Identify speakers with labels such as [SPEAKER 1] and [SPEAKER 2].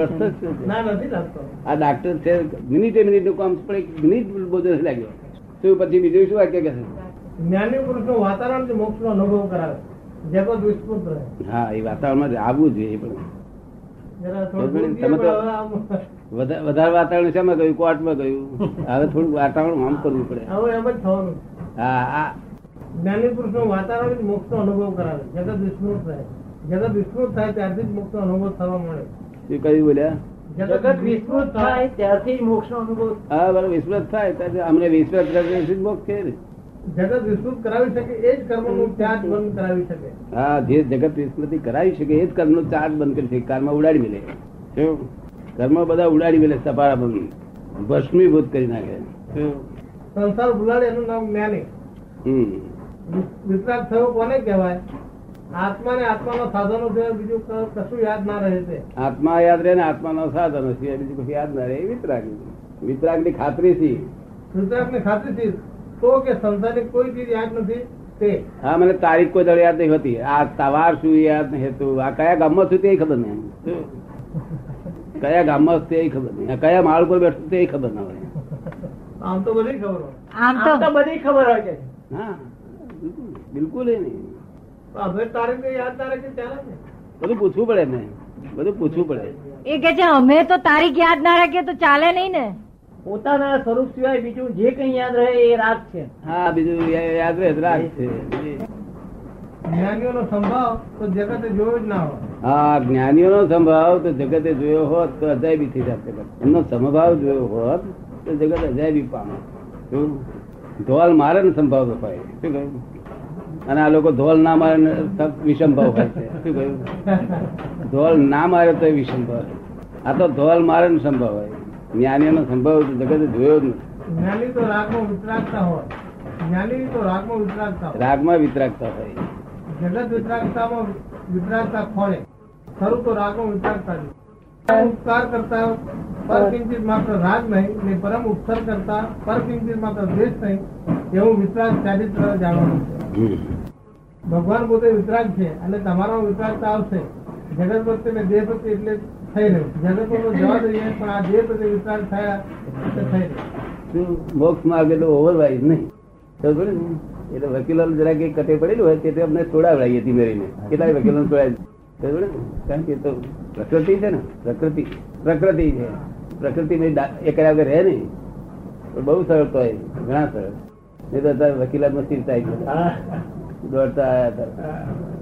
[SPEAKER 1] રસ જ શું છે?
[SPEAKER 2] ના નથી લાગતો
[SPEAKER 1] આ ડાક્ટર છે મિનિટે મિનિટ નું કામ પણ એક મિનિટ બોધો નથી લાગ્યો શું પછી બીજું શું વાક્ય કહે છે?
[SPEAKER 2] જ્ઞાની પુરુષનું વાતાવરણ જ મોક્ષનો અનુભવ કરાવે જગત વિસ્તૃત રહે
[SPEAKER 1] હા એ વાતાવરણમાં જ આવવું જોઈએ એ પણ
[SPEAKER 2] જરા થોડું
[SPEAKER 1] તમે
[SPEAKER 2] દૂર જઈએ
[SPEAKER 1] તો-
[SPEAKER 2] પણ હવે આમ-
[SPEAKER 1] વધા- વધારે વાતાવરણ શેમાં ગયું કોર્ટમાં ગયું હવે થોડું વાતાવરણ આમ કરવું પડે
[SPEAKER 2] હવે એમ જ થવાનું
[SPEAKER 1] હા આ
[SPEAKER 2] જ્ઞાની પુરુષનું વાતાવરણ જ મોક્ષનો અનુભવ કરાવે જગત વિસ્તૃત રહે જગત વિસ્તૃત થાય ત્યારથી જ મોક્ષનો અનુભવ થવા મળે
[SPEAKER 1] શું કહ્યું બોલ્યા
[SPEAKER 2] જગત વિસ્તૃત થાય
[SPEAKER 3] ત્યારથી જ મોક્ષ નો અનુભવ
[SPEAKER 1] હા બરાબર વિસ્મૃત થાય ત્યારે અમને વિસ્મૃત કરે છે મોક્ષ છે ને.
[SPEAKER 2] જગત વિસ્તૃત કરાવી શકે એ જ કર્મનું ત્યાગ બંધ કરાવી શકે
[SPEAKER 1] હા જે જગત વિસ્મૃતિ કરાવી શકે એ જ કર્મનો ચાર્જ બંધ કરી શકે કારમાં ઉડાડી મેલે શું? કર્મ બધા ઉડાડી મેલે સપારા બંધ ભસ્મીભૂત કરી નાખે શું?
[SPEAKER 2] સંસાર ભૂલાડે એનું નામ જ્ઞાની
[SPEAKER 1] હમ
[SPEAKER 2] વિતરાગ થયો કોને કહેવાય આત્માને આત્માનો સાધનો છે બીજું ક- કશું યાદ ના રહે છે
[SPEAKER 1] આત્મા યાદ રહે ને આત્માનો સાધન સિવાય બીજું કશું યાદ ના રહે એ વિતરાગ વિતરાગ ની ખાતરી છે
[SPEAKER 2] વિતરાગને ખાતરી છે તો કે સંસારની કોઈ ચીજ યાદ નથી તે
[SPEAKER 1] હા મને તારીખ કોઈ દળ યાદ નહીં હોતી આ તવાર શું એ યાદ નહીં હતું આ કયા ગામમાં છું તે ખબર નહીં શું? કયા ગામમાં તે ખબર નહીં આ કયા માળ પર બેઠું તે ખબર ના હોય
[SPEAKER 2] આમ તો બધી ખબર હોય
[SPEAKER 3] આમ તો
[SPEAKER 2] બધી ખબર હોય કે
[SPEAKER 1] હા બિલકુલ બિલકુલ ય નહીં
[SPEAKER 2] હવે તારીખ કઈ યાદ ના રાખે ત્યારે ને
[SPEAKER 1] બધું પૂછવું પડે ને બધું પૂછવું પડે
[SPEAKER 4] એ કે છે અમે તો તારીખ યાદ ના રાખીએ તો ચાલે નહીં ને
[SPEAKER 3] પોતાના સ્વરૂપ સિવાય બીજું જે કઈ યાદ રહે એ રાગ છે
[SPEAKER 1] હા બીજું યા- યાદ રહે તો રાખ છે
[SPEAKER 2] જ્ઞાનીઓનો સંભાવ તો જગતે જોયો જ ના હોય
[SPEAKER 1] હા જ્ઞાનીઓનો સંભાવ તો જગતે જોયો હોત તો અજાયબી થઈ જાત જગત એમનો સમભાવ જોયો હોત તો જગત અજાયબી પામે શું? ધોલ મારે ને સંભાવ તો હોય શું કહ્યું અને આ લોકો ધોલ ના મારે ને સબ વિષમભાવ હોય છે શું કહ્યું ધોલ ના મારે તો વિષમભાવ આ તો ધોલ મારે ને સંભાવ હોય જ્ઞાનીઓનો સંભાવ તો જગતે જોયો જ નથી
[SPEAKER 2] જ્ઞાની તો રાગમાં વિતરાગતા હોય જ્ઞાની તો રાગમાં વિતરાગતા હોય
[SPEAKER 1] રાગમાં વિતરાગતા હોય
[SPEAKER 2] જગત વિતરાગતામાં વિતરાગતા ખોળે ખરું તો રાગમાં વિતરાગતા જ. પરમ ઉપકાર કરતા પરકિંચિત માત્ર રાગ નહીં ને પરમ ઉપકાર કરતા પરકિંચિત માત્ર દ્વેષ નહીં એવું વિતરાગ ચારિત્ર જાણવાનું છે ભગવાન પોતે વિતરાગ છે અને તમારામાં વિતરાગતા આવશે જગત પ્રત્યે ને દેહ પ્રત્યે એટલે થઈ રહ્યું જગત પર જવા દઈએ પણ આ દેહ પ્રત્યે વિતરાગ થયા એટલે થઈ રહ્યું
[SPEAKER 1] શું મોક્ષ માર્ગ એટલે ઓવરવાઇઝ નહીં ખબર પડી ને? એટલે વકીલો જરા કઈ કટે પડેલું હોય તે તે અમને છોડાવડાવીએ ધીમે રહીને કેટલાય વકીલો છોડાવી ખબર પડી ને? કારણ કે એ તો પ્રકૃતિ છે ને પ્રકૃતિ પ્રકૃતિ છે પ્રકૃતિ મેં ડા- એ કર્યા વગર રહે નહીં પણ બહુ સરળ તો હોય ઘણા સરળ નહીં તો અત્યારે વકીલાતમાં સ્થિરતા આવી ગઈ દોડતા આવ્યા હતા